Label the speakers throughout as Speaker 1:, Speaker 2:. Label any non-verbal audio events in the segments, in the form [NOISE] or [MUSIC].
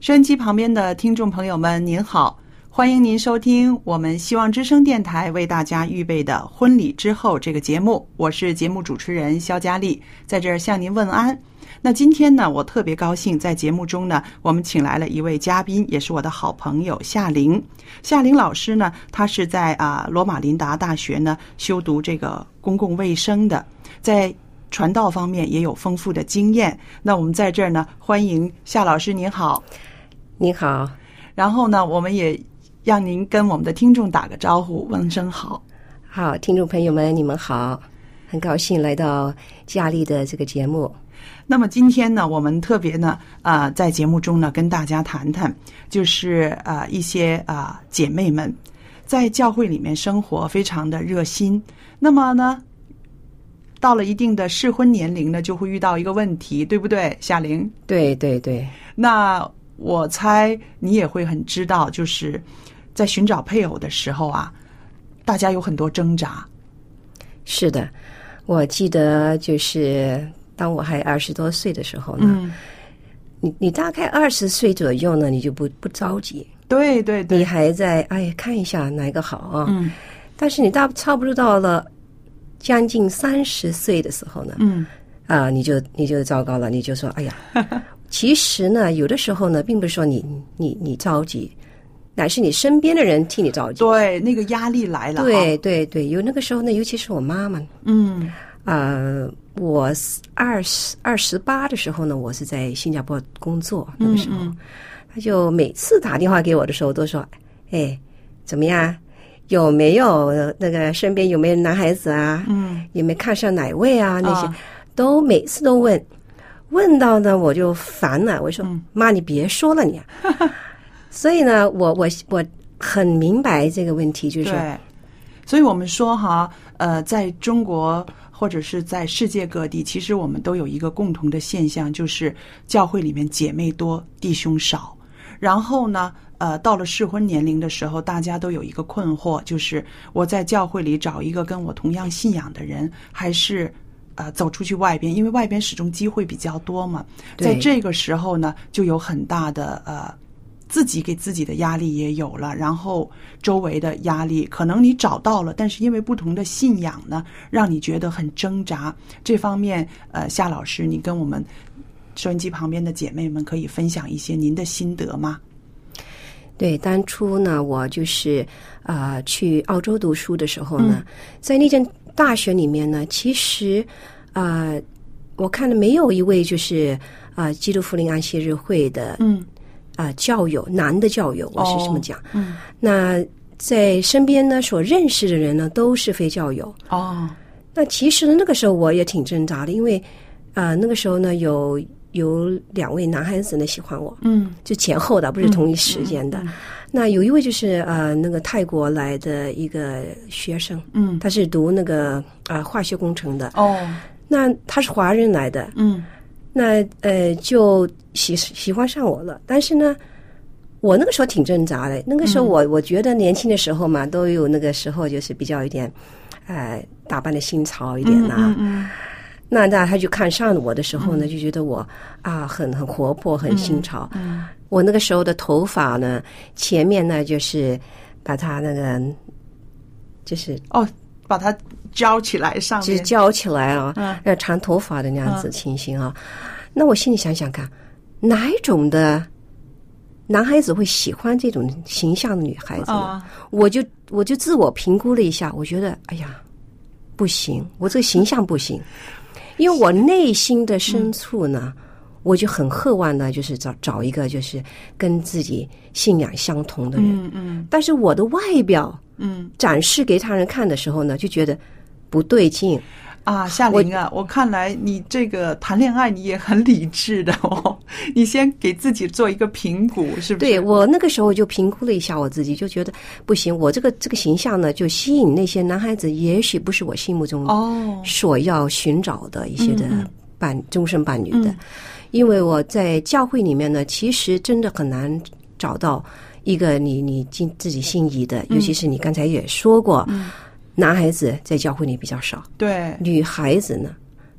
Speaker 1: 收音机旁边的听众朋友们，您好，欢迎您收听我们希望之声电台为大家预备的《婚礼之后》这个节目，我是节目主持人肖佳丽，在这儿向您问安。那今天呢，我特别高兴，在节目中呢，我们请来了一位嘉宾，也是我的好朋友夏玲。夏玲老师呢，她是在啊罗马琳达大学呢修读这个公共卫生的，在传道方面也有丰富的经验。那我们在这儿呢，欢迎夏老师，您好。
Speaker 2: 你好，
Speaker 1: 然后呢，我们也让您跟我们的听众打个招呼，问声好。
Speaker 2: 好，听众朋友们，你们好，很高兴来到佳丽的这个节目。
Speaker 1: 那么今天呢，我们特别呢，啊，在节目中呢，跟大家谈谈，就是啊一些啊姐妹们在教会里面生活非常的热心，那么呢，到了一定的适婚年龄呢，就会遇到一个问题，对不对，夏玲？
Speaker 2: 对对对，
Speaker 1: 那我猜你也会很知道，就是在寻找配偶的时候啊，大家有很多挣扎，
Speaker 2: 是的，我记得就是当我还二十多岁的时候呢，你你大概二十岁左右呢，你就不不着急，
Speaker 1: 对对对，
Speaker 2: 你还在哎呀看一下哪个好啊。
Speaker 1: 嗯
Speaker 2: 但是你到差不多到了将近三十岁的时候呢，
Speaker 1: 嗯
Speaker 2: 啊，你就你就糟糕了，你就说，哎呀，其实呢，有的时候呢，并不是说你你你着急，乃是你身边的人替你着急。
Speaker 1: 对，那个压力来了、啊。
Speaker 2: 对，对对，有那个时候呢，尤其是我妈妈，
Speaker 1: 嗯
Speaker 2: 呃，我二十二十八的时候呢，我是在新加坡工作，那
Speaker 1: 嗯
Speaker 2: 个时候，他就每次打电话给我的时候都说，哎，怎么样？有没有呃那个身边有没有男孩子啊？
Speaker 1: 嗯，
Speaker 2: 有没有看上哪位啊？那些、
Speaker 1: 啊
Speaker 2: 都每次都问，问到呢我就烦了，我说、
Speaker 1: 嗯
Speaker 2: 妈你别说了你、
Speaker 1: [LAUGHS]
Speaker 2: 啊。所以呢，我我我很明白这个问题，就是说
Speaker 1: 对。所以我们说哈，呃，在中国或者是在世界各地，其实我们都有一个共同的现象，就是教会里面姐妹多，弟兄少。然后呢，呃，到了适婚年龄的时候，大家都有一个困惑，就是我在教会里找一个跟我同样信仰的人，还是呃走出去外边，因为外边始终机会比较多嘛。
Speaker 2: 对
Speaker 1: 在这个时候呢，就有很大的呃。自己给自己的压力也有了，然后周围的压力，可能你找到了，但是因为不同的信仰呢，让你觉得很挣扎。这方面，呃，夏老师，你跟我们收音机旁边的姐妹们可以分享一些您的心得吗？
Speaker 2: 对，当初呢，我就是呃去澳洲读书的时候呢，
Speaker 1: 嗯
Speaker 2: 在那间大学里面呢，其实呃，我看了没有一位就是呃基督福临安息日会的
Speaker 1: 嗯
Speaker 2: 啊、呃教友，男的教友，我是这
Speaker 1: 哦
Speaker 2: 么讲。
Speaker 1: 嗯，
Speaker 2: 那在身边呢，所认识的人呢，都是非教友。
Speaker 1: 哦，
Speaker 2: 那其实呢，那个时候我也挺挣扎的，因为呃那个时候呢，有有两位男孩子呢喜欢我，
Speaker 1: 嗯
Speaker 2: 就前后的，不是同一时间的。那有一位就是呃，那个泰国来的一个学生，
Speaker 1: 嗯，
Speaker 2: 他啊是读那个呃化学工程的，
Speaker 1: 哦，
Speaker 2: 那他是华人来的，
Speaker 1: 嗯
Speaker 2: 那呃就喜喜欢上我了。但是呢，我那个时候挺挣扎的。那个时候我、
Speaker 1: 嗯
Speaker 2: 我觉得年轻的时候嘛，都有那个时候就是比较有点，呃，打扮的新潮一点呐、
Speaker 1: 嗯
Speaker 2: 那那他就看上我的时候呢，就觉得我啊很很活泼，很新潮。我那个时候的头发呢，前面呢就是把它那个就是
Speaker 1: 哦，把它浇起来上
Speaker 2: 就是
Speaker 1: 面，
Speaker 2: 浇起来啊
Speaker 1: 嗯，
Speaker 2: 那、长头发的那样子情形啊。那我心里想想看，哪一种的男孩子会喜欢这种形象的女孩子呢？
Speaker 1: 啊
Speaker 2: 我就我就自我评估了一下，我觉得哎呀，不行，我这个形象不行，因为我内心的深处呢，我就很渴望呢，就是找找一个就是跟自己信仰相同的人，
Speaker 1: 嗯嗯
Speaker 2: 但是我的外表
Speaker 1: 嗯
Speaker 2: 展示给他人看的时候呢，就觉得不对劲，
Speaker 1: 啊，夏玲啊，我看来你这个谈恋爱你也很理智的哦， [LAUGHS] 你先给自己做一个评估，是不是？
Speaker 2: 对我那个时候就评估了一下我自己，就觉得不行，我这个这个形象呢，就吸引那些男孩子，也许不是我心目中
Speaker 1: 哦，
Speaker 2: 所要寻找的一些的
Speaker 1: 嗯嗯嗯
Speaker 2: 伴终身伴侣的，因为我在教会里面呢，其实真的很难找到一个你你进自己心仪的，
Speaker 1: 嗯
Speaker 2: 尤其是你刚才也说过，男孩子在教会里比较少，
Speaker 1: 对
Speaker 2: 女孩子呢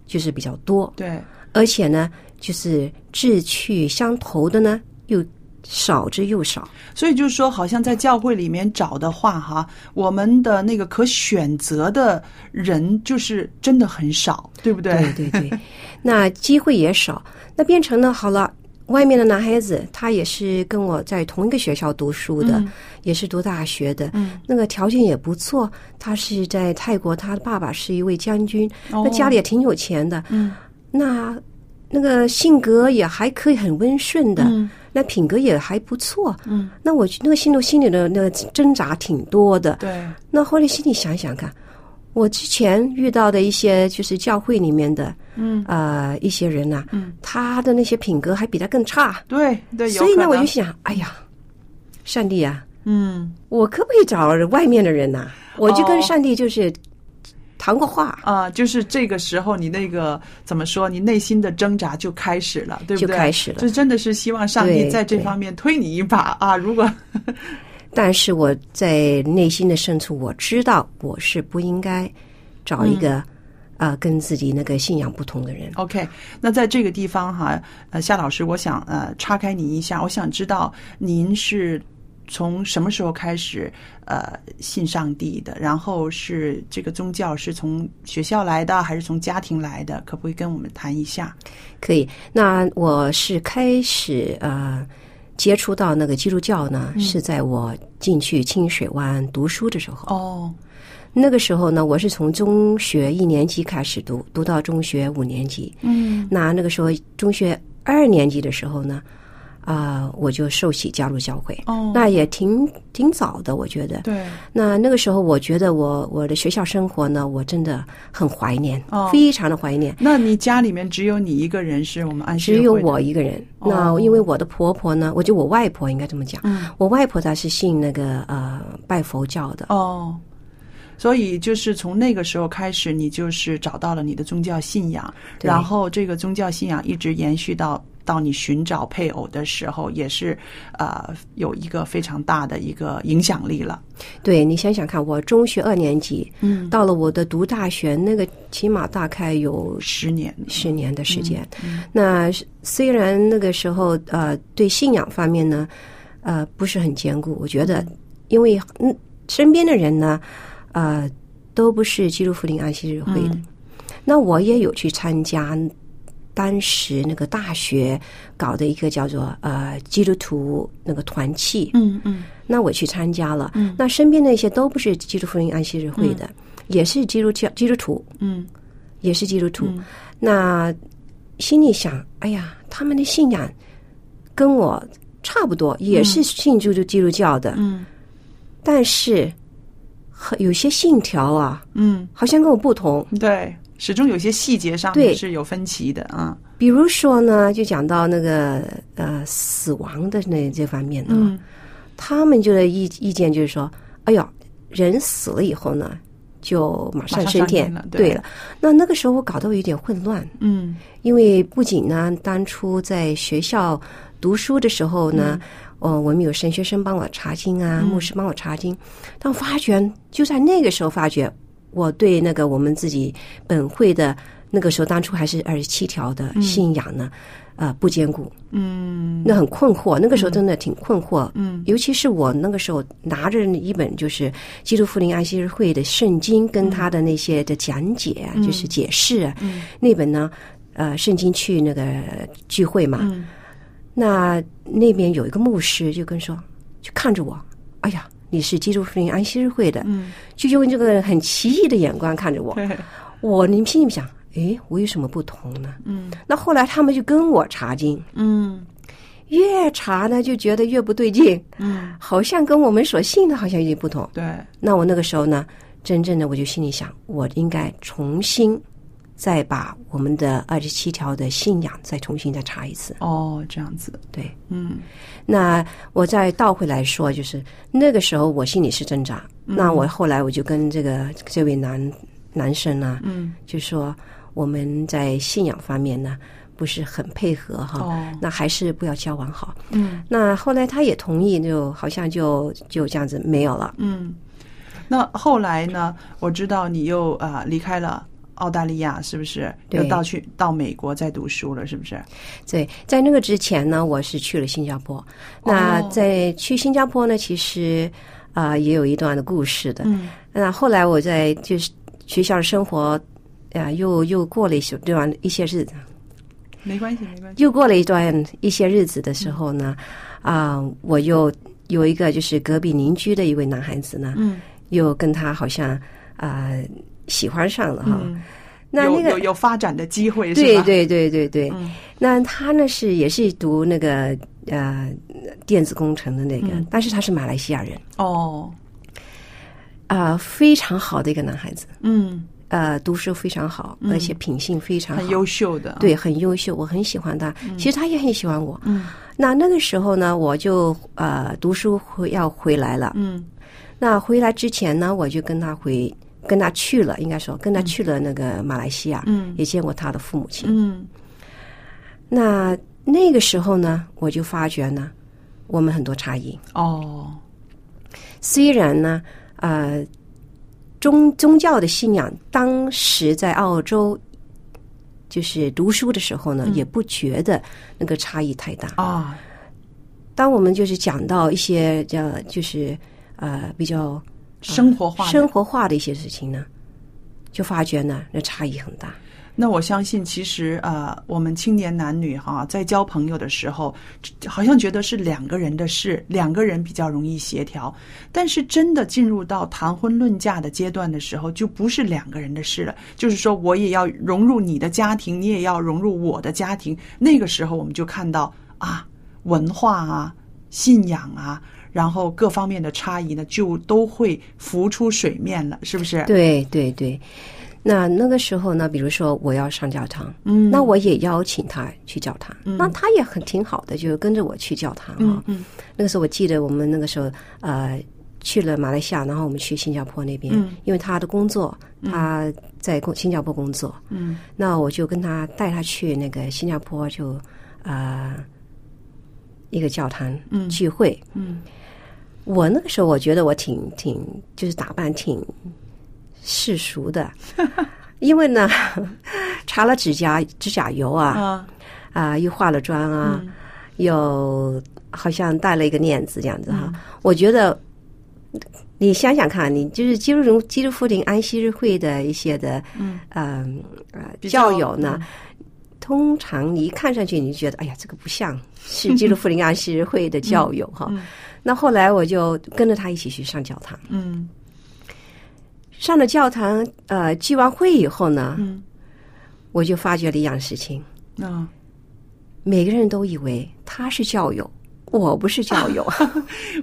Speaker 2: 就是比较多，
Speaker 1: 对，
Speaker 2: 而且呢就是志趣相投的呢又少之又少。
Speaker 1: 所以就是说，好像在教会里面找的话，哈，我们的那个可选择的人就是真的很少，对不对？
Speaker 2: 对对 [LAUGHS] 对，那机会也少，那变成了好了。外面的男孩子，他也是跟我在同一个学校读书的，也是读大学的，
Speaker 1: 嗯
Speaker 2: 那个条件也不错。他是在泰国，他的爸爸是一位将军，
Speaker 1: 哦
Speaker 2: 那家里也挺有钱的。
Speaker 1: 嗯
Speaker 2: 那那个性格也还可以，很温顺的，
Speaker 1: 嗯
Speaker 2: 那品格也还不错。
Speaker 1: 嗯，
Speaker 2: 那我那个心头心里的那个挣扎挺多的。
Speaker 1: 对，
Speaker 2: 那后来心里想想看，我之前遇到的一些就是教会里面的，
Speaker 1: 嗯，
Speaker 2: 呃，一些人呐、
Speaker 1: 嗯，
Speaker 2: 他的那些品格还比他更差，
Speaker 1: 对对，有
Speaker 2: 所以
Speaker 1: 可
Speaker 2: 呢，我
Speaker 1: 能
Speaker 2: 就想，哎呀，上帝啊，
Speaker 1: 嗯
Speaker 2: 我可不可以找外面的人呐、我就
Speaker 1: 哦
Speaker 2: 跟上帝就是谈过话，
Speaker 1: 啊、就是这个时候，你那个怎么说，你内心的挣扎就开始了，对不对？
Speaker 2: 就开始了
Speaker 1: 这真的是希望上帝
Speaker 2: 对
Speaker 1: 在这
Speaker 2: 对
Speaker 1: 方面推你一把啊！如果
Speaker 2: 但是我在内心的深处，我知道我是不应该找一
Speaker 1: 嗯
Speaker 2: 个、呃跟自己那个信仰不同的人。
Speaker 1: OK，那在这个地方哈，呃，夏老师，我想呃岔开你一下，我想知道您是从什么时候开始呃信上帝的？然后是这个宗教是从学校来的，还是从家庭来的？可不可以跟我们谈一下？
Speaker 2: 可以，那我是开始呃接触到那个基督教呢，
Speaker 1: 嗯
Speaker 2: 是在我进去清水湾读书的时候。
Speaker 1: 哦，
Speaker 2: 那个时候呢，我是从中学一年级开始读，读到中学五年级。
Speaker 1: 嗯，
Speaker 2: 那那个时候中学二年级的时候呢，啊、我就受洗加入教会。
Speaker 1: 哦
Speaker 2: 那也挺挺早的，我觉得。
Speaker 1: 对，
Speaker 2: 那那个时候，我觉得我我的学校生活呢，我真的很怀念，
Speaker 1: 哦
Speaker 2: 非常的怀念。
Speaker 1: 那你家里面只有你一个人是我们安息
Speaker 2: 只有
Speaker 1: 会的
Speaker 2: 我一个人。
Speaker 1: 哦
Speaker 2: 那因为我的婆婆呢，我就我外婆应该这么讲，
Speaker 1: 嗯
Speaker 2: 我外婆她是信那个呃拜佛教的。
Speaker 1: 哦。所以就是从那个时候开始，你就是找到了你的宗教信仰，
Speaker 2: 对
Speaker 1: 然后这个宗教信仰一直延续到到你寻找配偶的时候，也是呃有一个非常大的一个影响力了。
Speaker 2: 对你想想看，我中学二年级，
Speaker 1: 嗯，
Speaker 2: 到了我的读大学，那个起码大概有
Speaker 1: 十年，嗯
Speaker 2: 十年的时间。那虽然那个时候呃对信仰方面呢，呃不是很坚固，我觉得因为嗯身边的人呢，呃都不是基督福临安息日会
Speaker 1: 嗯
Speaker 2: 的，那我也有去参加。当时那个大学搞的一个叫做呃基督徒那个团契，
Speaker 1: 嗯嗯
Speaker 2: 那我去参加了。那身边那些都不是基督福音安息日会的，也是基督教基督徒，
Speaker 1: 嗯
Speaker 2: 也是基督徒。那心里想，哎呀，他们的信仰跟我差不多，也是信基督基督教的，
Speaker 1: 嗯
Speaker 2: 但是很有些信条啊，
Speaker 1: 嗯，
Speaker 2: 好像跟我不同。
Speaker 1: 对，始终有些细节上
Speaker 2: 对
Speaker 1: 面是有分歧的啊。
Speaker 2: 比如说呢，就讲到那个呃死亡的那这方面呢、
Speaker 1: 嗯
Speaker 2: 他们就的意意见就是说，哎呦，人死了以后呢，就马上
Speaker 1: 马上
Speaker 2: 升
Speaker 1: 上
Speaker 2: 天
Speaker 1: 天了对
Speaker 2: 对了，那那个时候我搞得我有点混乱，
Speaker 1: 嗯
Speaker 2: 因为不仅呢，当初在学校读书的时候呢，哦，我们有神学生帮我查经啊，牧师帮我查经，但我发觉就在那个时候发觉，我对那个我们自己本会的那个时候，当初还是二十七条的信仰呢，呃，不坚固，嗯，那很困惑，那个时候真的挺困惑，嗯，尤其是我那个时候拿着一本就是基督复临安息日会的圣经跟他的那些的讲解啊，就是解释啊，那本呢。呃圣经去那个聚会
Speaker 1: 嗯
Speaker 2: 嘛，那那边有一个牧师就跟说，就看着我，哎呀，你是基督福音安息日会的，
Speaker 1: 嗯
Speaker 2: 就用这个很奇异的眼光看着我，
Speaker 1: 对，
Speaker 2: 我你们心里想，诶，我有什么不同呢？嗯，那后来他们就跟我查经，
Speaker 1: 嗯
Speaker 2: 越查呢就觉得越不对劲，
Speaker 1: 嗯，
Speaker 2: 好像跟我们所信的好像有点不同。
Speaker 1: 对，
Speaker 2: 那我那个时候呢，真正的我就心里想，我应该重新再把我们的二十七条的信仰再重新再查一次。
Speaker 1: 哦，这样子，
Speaker 2: 对，
Speaker 1: 嗯
Speaker 2: 那我再倒回来说，就是那个时候我心里是挣扎。
Speaker 1: 嗯
Speaker 2: 那我后来我就跟这个这位男男生呢，
Speaker 1: 嗯，
Speaker 2: 就说我们在信仰方面呢不是很配合哈。
Speaker 1: 哦，
Speaker 2: 那还是不要交往好。
Speaker 1: 嗯
Speaker 2: 那后来他也同意，就好像就就这样子没有了。
Speaker 1: 嗯。那后来呢？我知道你又啊、呃离开了澳大利亚，是不是？
Speaker 2: 对
Speaker 1: 又到去到美国再读书了，是不是？
Speaker 2: 对，在那个之前呢，我是去了新加坡。那
Speaker 1: 哦
Speaker 2: 在去新加坡呢，其实啊、也有一段的故事的。
Speaker 1: 嗯
Speaker 2: 那后来我在就是学校生活，啊、又又过了一些段一些日子，
Speaker 1: 没关系，没关系。
Speaker 2: 又过了一段一些日子的时候呢，啊、我又有一个就是隔壁邻居的一位男孩子呢，
Speaker 1: 嗯
Speaker 2: 又跟他好像啊、喜欢上了哈。
Speaker 1: 嗯，
Speaker 2: 那
Speaker 1: 有
Speaker 2: 那
Speaker 1: 有
Speaker 2: 个
Speaker 1: 有发展的机会，是
Speaker 2: 对
Speaker 1: 吧？
Speaker 2: 对对对对，
Speaker 1: 嗯
Speaker 2: 那他呢是也是读那个呃电子工程的那个，
Speaker 1: 嗯
Speaker 2: 但是他是马来西亚人
Speaker 1: 哦，
Speaker 2: 啊、非常好的一个男孩子，
Speaker 1: 嗯，
Speaker 2: 呃，读书非常好，而且品性非常好，
Speaker 1: 很优秀嗯的，
Speaker 2: 对，很优秀，我很喜欢他。其实他也很喜欢我。
Speaker 1: 嗯
Speaker 2: 那那个时候呢，我就呃读书回要回来了。
Speaker 1: 嗯
Speaker 2: 那回来之前呢，我就跟他回跟他去了，应该说跟他去了那个马来西亚，
Speaker 1: 嗯
Speaker 2: 也见过他的父母亲。
Speaker 1: 嗯
Speaker 2: 那那个时候呢，我就发觉呢，我们很多差异。
Speaker 1: 哦，
Speaker 2: 虽然呢，呃，宗宗教的信仰当时在澳洲。就是读书的时候呢，
Speaker 1: 嗯
Speaker 2: 也不觉得那个差异太大。
Speaker 1: 啊，
Speaker 2: 当我们就是讲到一些叫就是呃比较
Speaker 1: 生活化的
Speaker 2: 生活化的一些事情呢，就发觉呢那差异很大。
Speaker 1: 那我相信，其实呃，我们青年男女哈、在交朋友的时候，好像觉得是两个人的事，两个人比较容易协调。但是真的进入到谈婚论嫁的阶段的时候，就不是两个人的事了。就是说，我也要融入你的家庭，你也要融入我的家庭。那个时候，我们就看到啊，文化啊，信仰啊，然后各方面的差异呢，就都会浮出水面了，是不是？，
Speaker 2: 对对对，那那个时候呢，比如说我要上教堂，
Speaker 1: 嗯，
Speaker 2: 那我也邀请他去教堂，那他也很挺好的，就跟着我去教堂啊、
Speaker 1: 嗯嗯
Speaker 2: 那个时候我记得我们那个时候呃去了马来西亚，然后我们去新加坡那边，
Speaker 1: 嗯
Speaker 2: 因为他的工作他在工新加坡工作，
Speaker 1: 嗯
Speaker 2: 那我就跟他带他去那个新加坡就啊、呃一个教堂
Speaker 1: 嗯
Speaker 2: 聚会。
Speaker 1: 嗯
Speaker 2: 我那个时候我觉得我挺挺就是打扮挺世俗的，因为呢 [LAUGHS] 擦了指甲指甲油啊
Speaker 1: 啊
Speaker 2: 啊、又化了妆啊，
Speaker 1: 嗯
Speaker 2: 又好像戴了一个链子这样子哈。
Speaker 1: 嗯
Speaker 2: 我觉得你想想看，你就是基督徒基督复临安息日会的一些的
Speaker 1: 嗯。
Speaker 2: 嗯呃
Speaker 1: 比
Speaker 2: 教
Speaker 1: 较嗯
Speaker 2: 友呢，通常你一看上去你就觉得，哎呀，这个不像是基督复临安息日会的教友哈。
Speaker 1: 嗯
Speaker 2: 那后来我就跟着他一起去上教堂，
Speaker 1: 嗯
Speaker 2: 上了教堂，呃，聚完会以后呢，
Speaker 1: 嗯
Speaker 2: 我就发觉了一样事情，
Speaker 1: 啊，
Speaker 2: 每个人都以为他是教友。我不是教
Speaker 1: [LAUGHS]
Speaker 2: 友，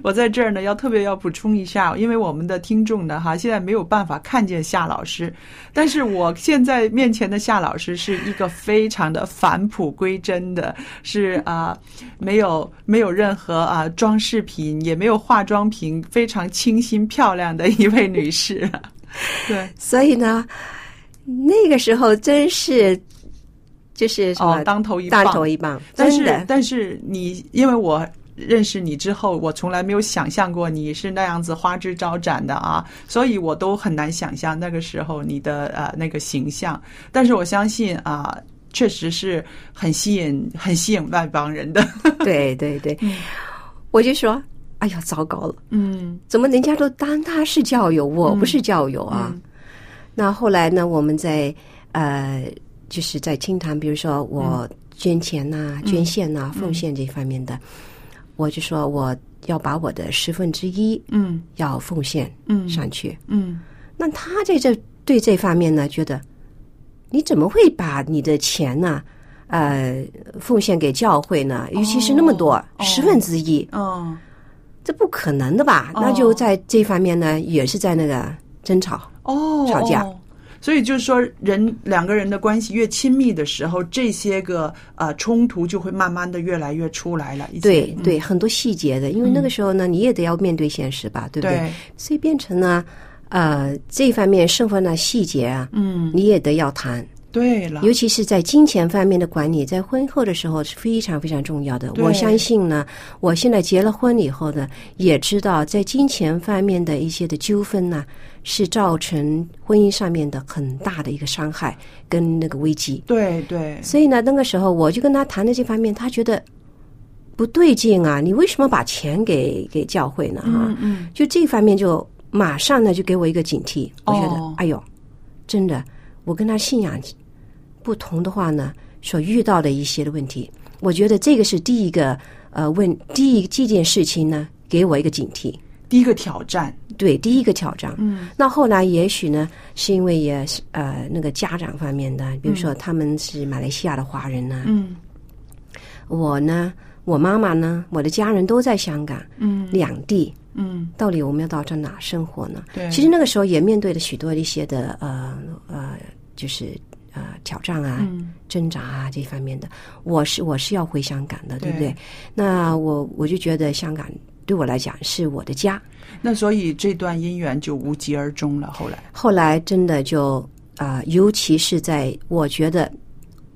Speaker 1: 我在这儿呢，要特别要补充一下，因为我们的听众呢，哈，现在没有办法看见夏老师，但是我现在面前的夏老师是一个非常的返璞归真的，是啊、没有没有任何啊、装饰品，也没有化妆品，非常清新漂亮的一位女士。 [LAUGHS] 对，
Speaker 2: 所以呢，那个时候真是 [LAUGHS] 就是什么、
Speaker 1: 哦，当头一
Speaker 2: 当
Speaker 1: 棒，
Speaker 2: 头一棒，
Speaker 1: 但
Speaker 2: 真
Speaker 1: 是
Speaker 2: 的 [LAUGHS]
Speaker 1: 但是你因为我认识你之后，我从来没有想象过你是那样子花枝招展的啊，所以我都很难想象那个时候你的呃那个形象。但是我相信啊、确实是很吸引很吸引外邦人的。
Speaker 2: 对对对，我就说，哎呀，糟糕了，
Speaker 1: 嗯
Speaker 2: 怎么人家都当他是教友，我不是教友啊？
Speaker 1: 嗯
Speaker 2: 那后来呢，我们在呃，就是在清谈，比如说我
Speaker 1: 嗯
Speaker 2: 捐钱呐、捐献呐、奉献这方面的，我就说我要把我的十分之一
Speaker 1: 嗯
Speaker 2: 要奉献
Speaker 1: 嗯
Speaker 2: 上去。
Speaker 1: 嗯
Speaker 2: 那他在这对这方面呢，觉得你怎么会把你的钱呢、呃，奉献给教会呢？尤其是那么多、
Speaker 1: 哦
Speaker 2: 十分之一，
Speaker 1: 哦
Speaker 2: 这不可能的吧？
Speaker 1: 哦
Speaker 2: 那就在这方面呢，也是在那个争吵。
Speaker 1: 哦，
Speaker 2: 吵架
Speaker 1: 哦所以就是说人，两个人的关系越亲密的时候，这些个呃冲突就会慢慢的越来越出来了。一些
Speaker 2: 对
Speaker 1: 嗯
Speaker 2: 对，很多细节的，因为那个时候呢，你也得要面对现实吧，对不对？
Speaker 1: 嗯对，
Speaker 2: 所以变成呢，呃，这方面生活的细节啊，
Speaker 1: 嗯，
Speaker 2: 你也得要谈。
Speaker 1: 对了，
Speaker 2: 尤其是在金钱方面的管理，在婚后的时候是非常非常重要的。
Speaker 1: 对
Speaker 2: 我相信呢，我现在结了婚以后呢，也知道在金钱方面的一些的纠纷呢，是造成婚姻上面的很大的一个伤害跟那个危机。
Speaker 1: 对对，
Speaker 2: 所以呢，那个时候我就跟他谈了这方面，他觉得不对劲啊，你为什么把钱给给教会呢？啊，
Speaker 1: 嗯嗯
Speaker 2: 就这方面就马上呢就给我一个警惕，我觉得，
Speaker 1: 哦
Speaker 2: 哎呦，真的，我跟他信仰不同的话呢，所遇到的一些的问题，我觉得这个是第一个呃问第一这件事情呢，给我一个警惕。
Speaker 1: 第一个挑战，
Speaker 2: 对，第一个挑战。
Speaker 1: 嗯，
Speaker 2: 那后来也许呢，是因为也是呃那个家长方面的，比如说他们是马来西亚的华人呢、
Speaker 1: 嗯
Speaker 2: 我呢，我妈妈呢，我的家人都在香港，
Speaker 1: 嗯
Speaker 2: 两地，
Speaker 1: 嗯，
Speaker 2: 到底我们要到这哪生活呢？
Speaker 1: 对，
Speaker 2: 其实那个时候也面对了许多的一些的呃呃，就是呃挑战啊、
Speaker 1: 嗯
Speaker 2: 挣扎啊这方面的。我是我是要回香港的，对不
Speaker 1: 对
Speaker 2: 对？那我我就觉得香港对我来讲是我的家。
Speaker 1: 那所以这段姻缘就无疾而终了。后来，
Speaker 2: 后来真的就啊、呃尤其是在我觉得，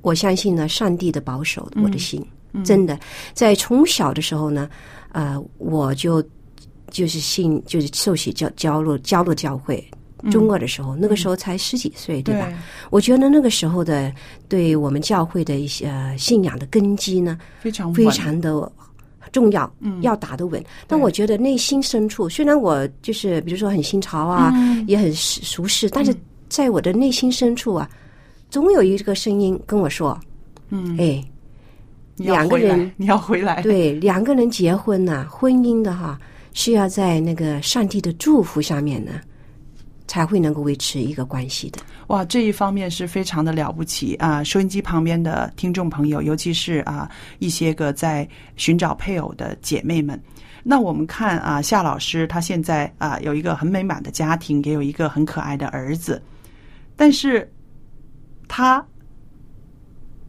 Speaker 2: 我相信呢，上帝的保守我的心，
Speaker 1: 嗯
Speaker 2: 真的在从小的时候呢，呃，我就就是信就是受洗教教入加入教会。
Speaker 1: 嗯
Speaker 2: 中国的时候，那个时候才十几岁，对吧？我觉得那个时候的对我们教会的一些、呃、信仰的根基呢，
Speaker 1: 非常
Speaker 2: 非
Speaker 1: 稳嗯
Speaker 2: 常的重要，要打得稳。但我觉得内心深处，虽然我就是比如说很新潮啊，
Speaker 1: 嗯
Speaker 2: 也很熟识，但是在我的内心深处啊，总有一个声音跟我说：“
Speaker 1: 嗯，哎
Speaker 2: 哎，
Speaker 1: 你要
Speaker 2: 两个
Speaker 1: 回来
Speaker 2: 人
Speaker 1: 你要回来，
Speaker 2: 对，两个人结婚呐、婚姻的哈，是要在那个上帝的祝福上面呢，才会能够维持一个关系的。
Speaker 1: 哇，这一方面是非常的了不起啊！收音机旁边的听众朋友，尤其是啊一些个在寻找配偶的姐妹们。那我们看啊，夏老师她现在啊有一个很美满的家庭，也有一个很可爱的儿子，但是她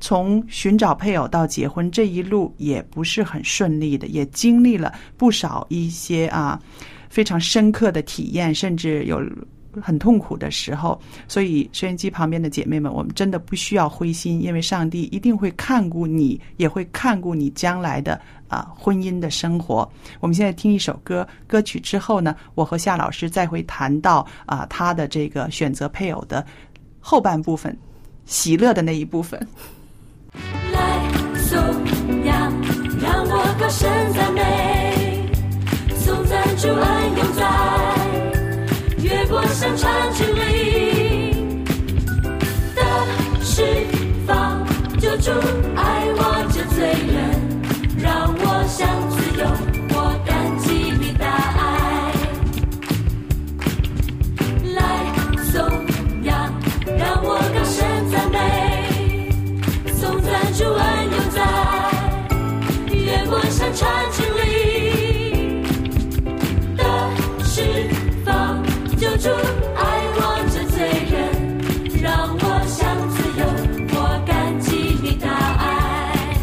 Speaker 1: 从寻找配偶到结婚这一路也不是很顺利的，也经历了不少一些啊非常深刻的体验，甚至有很痛苦的时候。所以，收音机旁边的姐妹们，我们真的不需要灰心，因为上帝一定会看顾你，也会看顾你将来的啊、婚姻的生活。我们现在听一首歌，歌曲之后呢，我和夏老师再会谈到啊、他的这个选择配偶的后半部分，喜乐的那一部分。
Speaker 3: 来颂扬，让我高声赞美，颂赞主恩永在，越过山川之岭的释放，救主爱我这罪人，让我享自由，我感激你大爱。来颂扬，让我高声赞美，颂赞主恩永在，越过山川之岭的释放，救主爱我这罪人，让我享自由，我感激你大爱。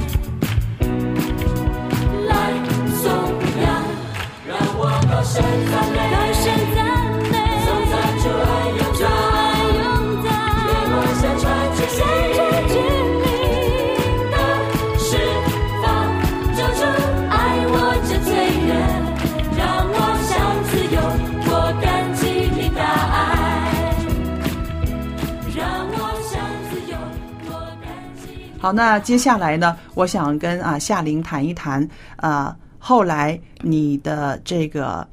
Speaker 1: 好，那接下来呢，我想跟啊夏玲谈一谈，呃，后来你的这个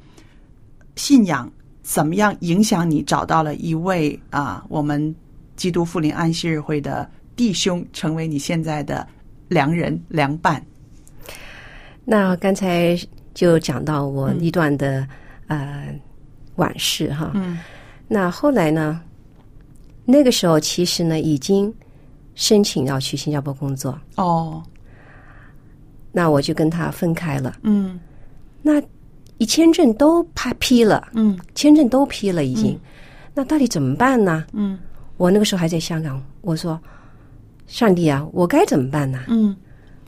Speaker 1: 信仰怎么样影响你找到了一位啊我们基督复临安息日会的弟兄，成为你现在的良人良伴。
Speaker 2: 那刚才就讲到我一段的、呃往事哈，
Speaker 1: 嗯
Speaker 2: 那后来呢，那个时候其实呢已经申请要去新加坡工作，
Speaker 1: 哦，
Speaker 2: 那我就跟他分开了。
Speaker 1: 嗯
Speaker 2: 那一签证都批批了，
Speaker 1: 嗯
Speaker 2: 签证都批了已经，那到底怎么办呢？
Speaker 1: 嗯
Speaker 2: 我那个时候还在香港，我说：“上帝啊，我该怎么办呢？”
Speaker 1: 嗯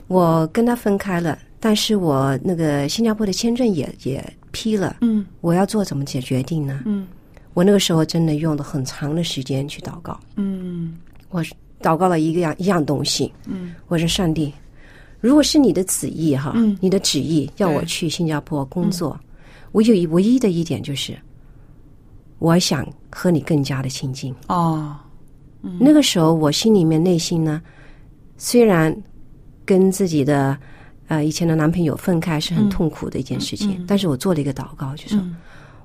Speaker 2: 我跟他分开了，但是我那个新加坡的签证也也批了，
Speaker 1: 嗯
Speaker 2: 我要做怎么解决定呢？
Speaker 1: 嗯
Speaker 2: 我那个时候真的用了很长的时间去祷告，
Speaker 1: 嗯
Speaker 2: 我祷告了一个样一样东西，
Speaker 1: 嗯，
Speaker 2: 我说上帝，如果是你的旨意哈，
Speaker 1: 嗯
Speaker 2: 你的旨意要我
Speaker 1: 对
Speaker 2: 去新加坡工作，我有一唯一的一点就是，我想和你更加的亲近。
Speaker 1: 哦，
Speaker 2: 那个时候我心里面内心呢，虽然跟自己的呃以前的男朋友分开是很痛苦的一件事情，但是我做了一个祷告，就说、
Speaker 1: 嗯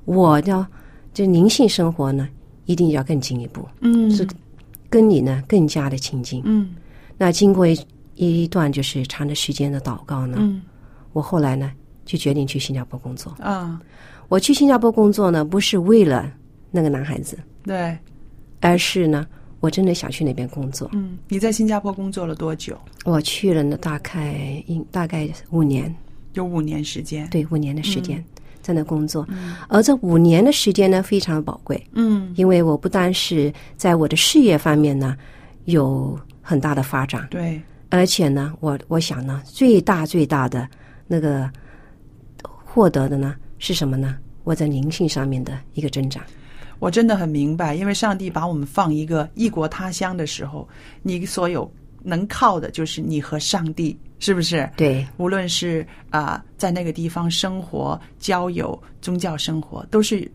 Speaker 2: 我要这灵性生活呢，一定要更进一步，
Speaker 1: 嗯
Speaker 2: 是跟你呢更加的亲近。
Speaker 1: 嗯
Speaker 2: 那经过一一段就是长的时间的祷告呢，
Speaker 1: 嗯
Speaker 2: 我后来呢就决定去新加坡工作。
Speaker 1: 啊，
Speaker 2: 我去新加坡工作呢，不是为了那个男孩子，
Speaker 1: 对，
Speaker 2: 而是呢我真的想去那边工作。
Speaker 1: 嗯，你在新加坡工作了多久？
Speaker 2: 我去了呢，大概应大概五年，
Speaker 1: 有五年时间。
Speaker 2: 对，五年的时间、在那工作。而这五年的时间呢，非常宝贵，
Speaker 1: 嗯，
Speaker 2: 因为我不单是在我的事业方面呢有很大的发展，
Speaker 1: 对，
Speaker 2: 而且呢，我我想呢，最大最大的那个获得的呢是什么呢？我在灵性上面的一个增长。
Speaker 1: 我真的很明白，因为上帝把我们放一个异国他乡的时候，你所有能靠的就是你和上帝，是不是？
Speaker 2: 对，
Speaker 1: 无论是啊、在那个地方生活、交友、宗教生活，都是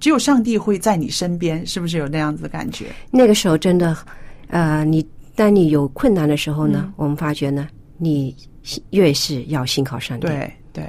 Speaker 1: 只有上帝会在你身边，是不是有那样子的感觉？
Speaker 2: 那个时候真的，呃，你当你有困难的时候
Speaker 1: 嗯
Speaker 2: 呢，我们发觉呢，你越是要信靠上帝。
Speaker 1: 对对，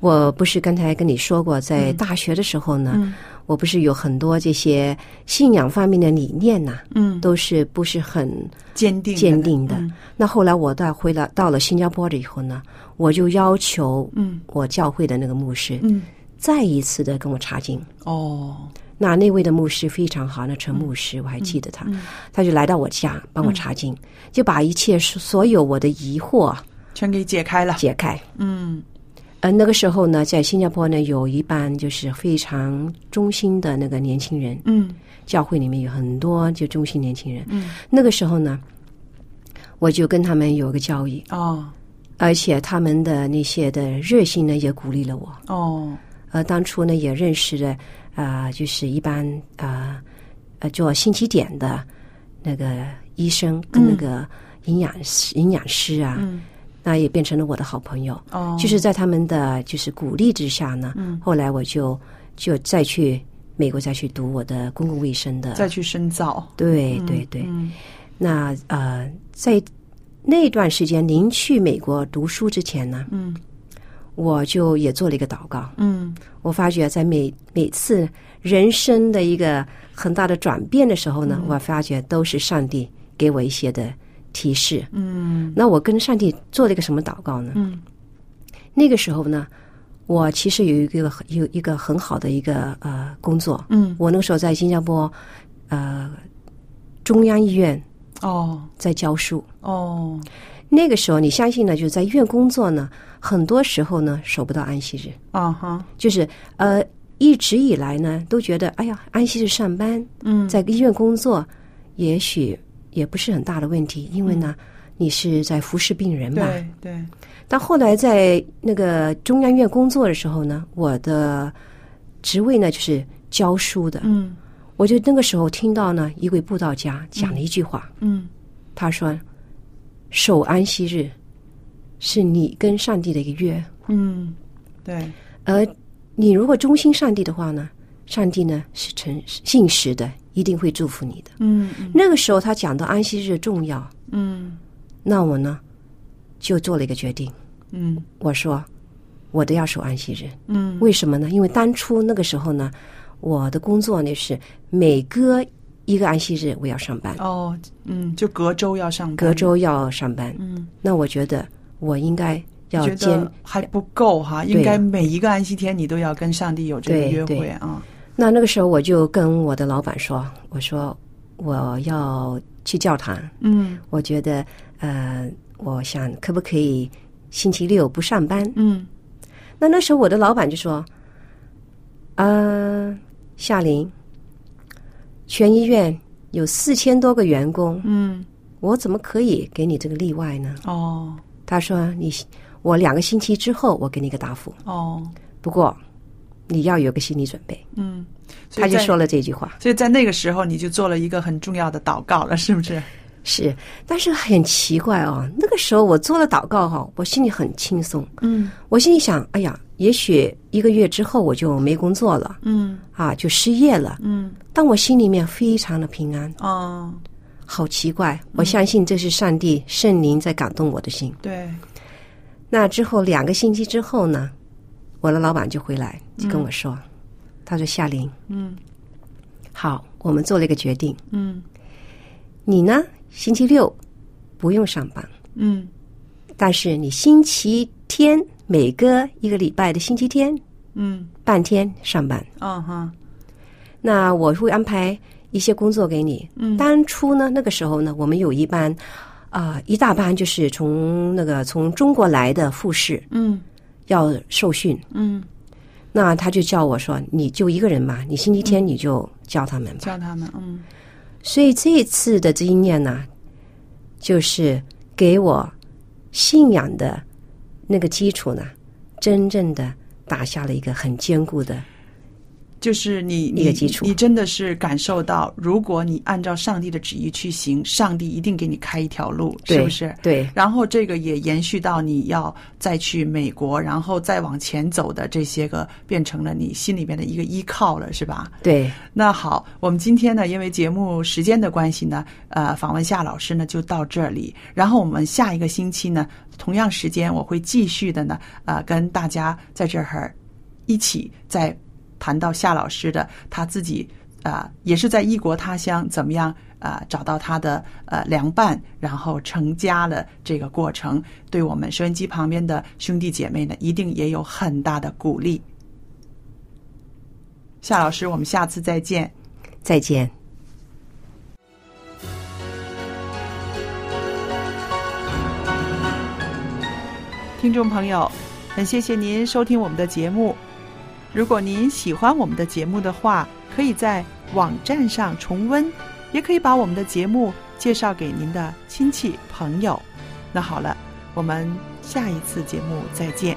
Speaker 2: 我不是刚才跟你说过，在大学的时候呢，
Speaker 1: 嗯
Speaker 2: 我不是有很多这些信仰方面的理念呐、
Speaker 1: 嗯，
Speaker 2: 都是不是很
Speaker 1: 坚定的
Speaker 2: 坚定的。
Speaker 1: 嗯
Speaker 2: 那后来我到回来到了新加坡了以后呢，我就要求
Speaker 1: 嗯
Speaker 2: 我教会的那个牧师、
Speaker 1: 嗯，
Speaker 2: 再一次的跟我查经。
Speaker 1: 哦，
Speaker 2: 那那位的牧师非常好，那陈
Speaker 1: 嗯
Speaker 2: 牧师、我还记得他，他就来到我家帮我查经，
Speaker 1: 嗯
Speaker 2: 就把一切所所有我的疑惑
Speaker 1: 全给解开了。
Speaker 2: 解开。
Speaker 1: 嗯
Speaker 2: 呃，那个时候呢，在新加坡呢，有一班就是非常中心的那个年轻人，
Speaker 1: 嗯
Speaker 2: 教会里面有很多就中心年轻人。
Speaker 1: 嗯，
Speaker 2: 那个时候呢，我就跟他们有个交易，
Speaker 1: 哦
Speaker 2: 而且他们的那些的热心呢，也鼓励了我。
Speaker 1: 哦，
Speaker 2: 呃，当初呢，也认识了啊、呃就是一般啊呃做星期点的那个医生跟那个营养师、营养师啊，
Speaker 1: 嗯
Speaker 2: 那也变成了我的好朋友。
Speaker 1: 哦，嗯
Speaker 2: 就是在他们的就是鼓励之下呢，后来我就就再去美国再去读我的公共卫生的，
Speaker 1: 再去深造。
Speaker 2: 对对对，
Speaker 1: 嗯
Speaker 2: 那呃，在那段时间您去美国读书之前呢，
Speaker 1: 嗯
Speaker 2: 我就也做了一个祷告，
Speaker 1: 嗯
Speaker 2: 我发觉在每每次人生的一个很大的转变的时候
Speaker 1: 嗯
Speaker 2: 呢，我发觉都是上帝给我一些的提示。
Speaker 1: 嗯
Speaker 2: 那我跟上帝做了一个什么祷告呢？
Speaker 1: 嗯
Speaker 2: 那个时候呢，我其实有一个有一个很好的一个呃工作。
Speaker 1: 嗯，
Speaker 2: 我那个时候在新加坡，呃，中央医院
Speaker 1: 哦
Speaker 2: 在教书。
Speaker 1: 哦，
Speaker 2: 那个时候，你相信呢，就是在医院工作呢，很多时候呢守不到安息日，
Speaker 1: 啊哈，
Speaker 2: 就是呃一直以来呢都觉得，哎呀，安息日上班，
Speaker 1: 嗯，
Speaker 2: 在医院工作，也许也不是很大的问题，因为呢。你是在服侍病人嘛？
Speaker 1: 嗯对对，
Speaker 2: 但后来在那个中央院工作的时候呢，我的职位呢就是教书的。
Speaker 1: 嗯
Speaker 2: 我就那个时候听到呢，一位布道家讲了一句话，
Speaker 1: 嗯
Speaker 2: 他说：“守安息日是你跟上帝的一个约，
Speaker 1: 嗯，对，
Speaker 2: 而你如果忠心上帝的话呢，上帝呢是诚信实的，一定会祝福你的。
Speaker 1: 嗯”
Speaker 2: 那个时候他讲到安息日的重要，
Speaker 1: 嗯
Speaker 2: 那我呢就做了一个决定，
Speaker 1: 嗯
Speaker 2: 我说我都要守安息日。
Speaker 1: 嗯
Speaker 2: 为什么呢？因为当初那个时候呢，我的工作呢是每隔一个安息日我要上班，
Speaker 1: 哦嗯，就隔周要上班，
Speaker 2: 隔周要上班。
Speaker 1: 嗯，
Speaker 2: 那我觉得我应该要
Speaker 1: 觉
Speaker 2: 兼
Speaker 1: 得还不够哈，应
Speaker 2: 对
Speaker 1: 该每一个安息天你都要跟上帝有这个
Speaker 2: 对
Speaker 1: 约
Speaker 2: 对
Speaker 1: 会啊，
Speaker 2: 那那个时候我就跟我的老板说：“我说我要去教堂，
Speaker 1: 嗯
Speaker 2: 我觉得呃，我想可不可以星期六不上班
Speaker 1: 嗯？”
Speaker 2: 那那时候我的老板就说：“呃，夏琳，全医院有四千多个员工，
Speaker 1: 嗯
Speaker 2: 我怎么可以给你这个例外呢
Speaker 1: 哦？”
Speaker 2: 他说：“你我两个星期之后我给你个答复，
Speaker 1: 哦
Speaker 2: 不过你要有个心理准备。”
Speaker 1: 嗯，所
Speaker 2: 他
Speaker 1: 以
Speaker 2: 就
Speaker 1: 在
Speaker 2: 说了这句话。
Speaker 1: 所以在那个时候，你就做了一个很重要的祷告了，是不是？
Speaker 2: 是，但是很奇怪哦，那个时候我做了祷告哈、我心里很轻松，
Speaker 1: 嗯
Speaker 2: 我心里想，哎呀，也许一个月之后我就没工作了
Speaker 1: 嗯
Speaker 2: 啊，就失业了，
Speaker 1: 嗯
Speaker 2: 但我心里面非常的平安，
Speaker 1: 哦，
Speaker 2: 好奇怪，我相信这是上帝圣灵在感动我的心。
Speaker 1: 对，
Speaker 2: 那之后两个星期之后呢，我的老板就回来就跟我说，他说夏琳，
Speaker 1: 嗯
Speaker 2: 好，我们做了一个决定，
Speaker 1: 嗯
Speaker 2: 你呢星期六不用上班。
Speaker 1: 嗯
Speaker 2: 但是你星期天每个一个礼拜的星期天
Speaker 1: 嗯
Speaker 2: 半天上班，
Speaker 1: 啊哈，
Speaker 2: 那我会安排一些工作给你。
Speaker 1: 嗯
Speaker 2: 当初呢，那个时候呢，我们有一班，啊、一大班就是从那个从中国来的护士
Speaker 1: 嗯
Speaker 2: 要受训，
Speaker 1: 嗯，
Speaker 2: 那他就叫我说，你就一个人嘛，你星期
Speaker 1: 嗯
Speaker 2: 天你就教他们吧。
Speaker 1: 叫他们，嗯
Speaker 2: 所以这一次的经验呢，就是给我信仰的那个基础呢，真正的打下了一个很坚固的。
Speaker 1: 就是你
Speaker 2: 一
Speaker 1: 你
Speaker 2: 个基础
Speaker 1: 你真的是感受到，如果你按照上帝的旨意去行，上帝一定给你开一条路，是
Speaker 2: 对
Speaker 1: 不是？
Speaker 2: 对
Speaker 1: 然后这个也延续到你要再去美国，然后再往前走的这些个，变成了你心里面的一个依靠了，是吧？
Speaker 2: 对，
Speaker 1: 那好，我们今天呢，因为节目时间的关系呢，呃，访问夏老师呢就到这里。然后我们下一个星期呢，同样时间我会继续的呢，呃，跟大家在这儿一起再谈到夏老师的他自己啊、呃也是在异国他乡怎么样啊、呃找到他的呃良伴，然后成家了这个过程，对我们收音机旁边的兄弟姐妹呢，一定也有很大的鼓励。夏老师，我们下次再见。
Speaker 2: 再见。
Speaker 1: 听众朋友，很谢谢您收听我们的节目。如果您喜欢我们的节目的话，可以在网站上重温，也可以把我们的节目介绍给您的亲戚朋友。那好了，我们下一次节目再见。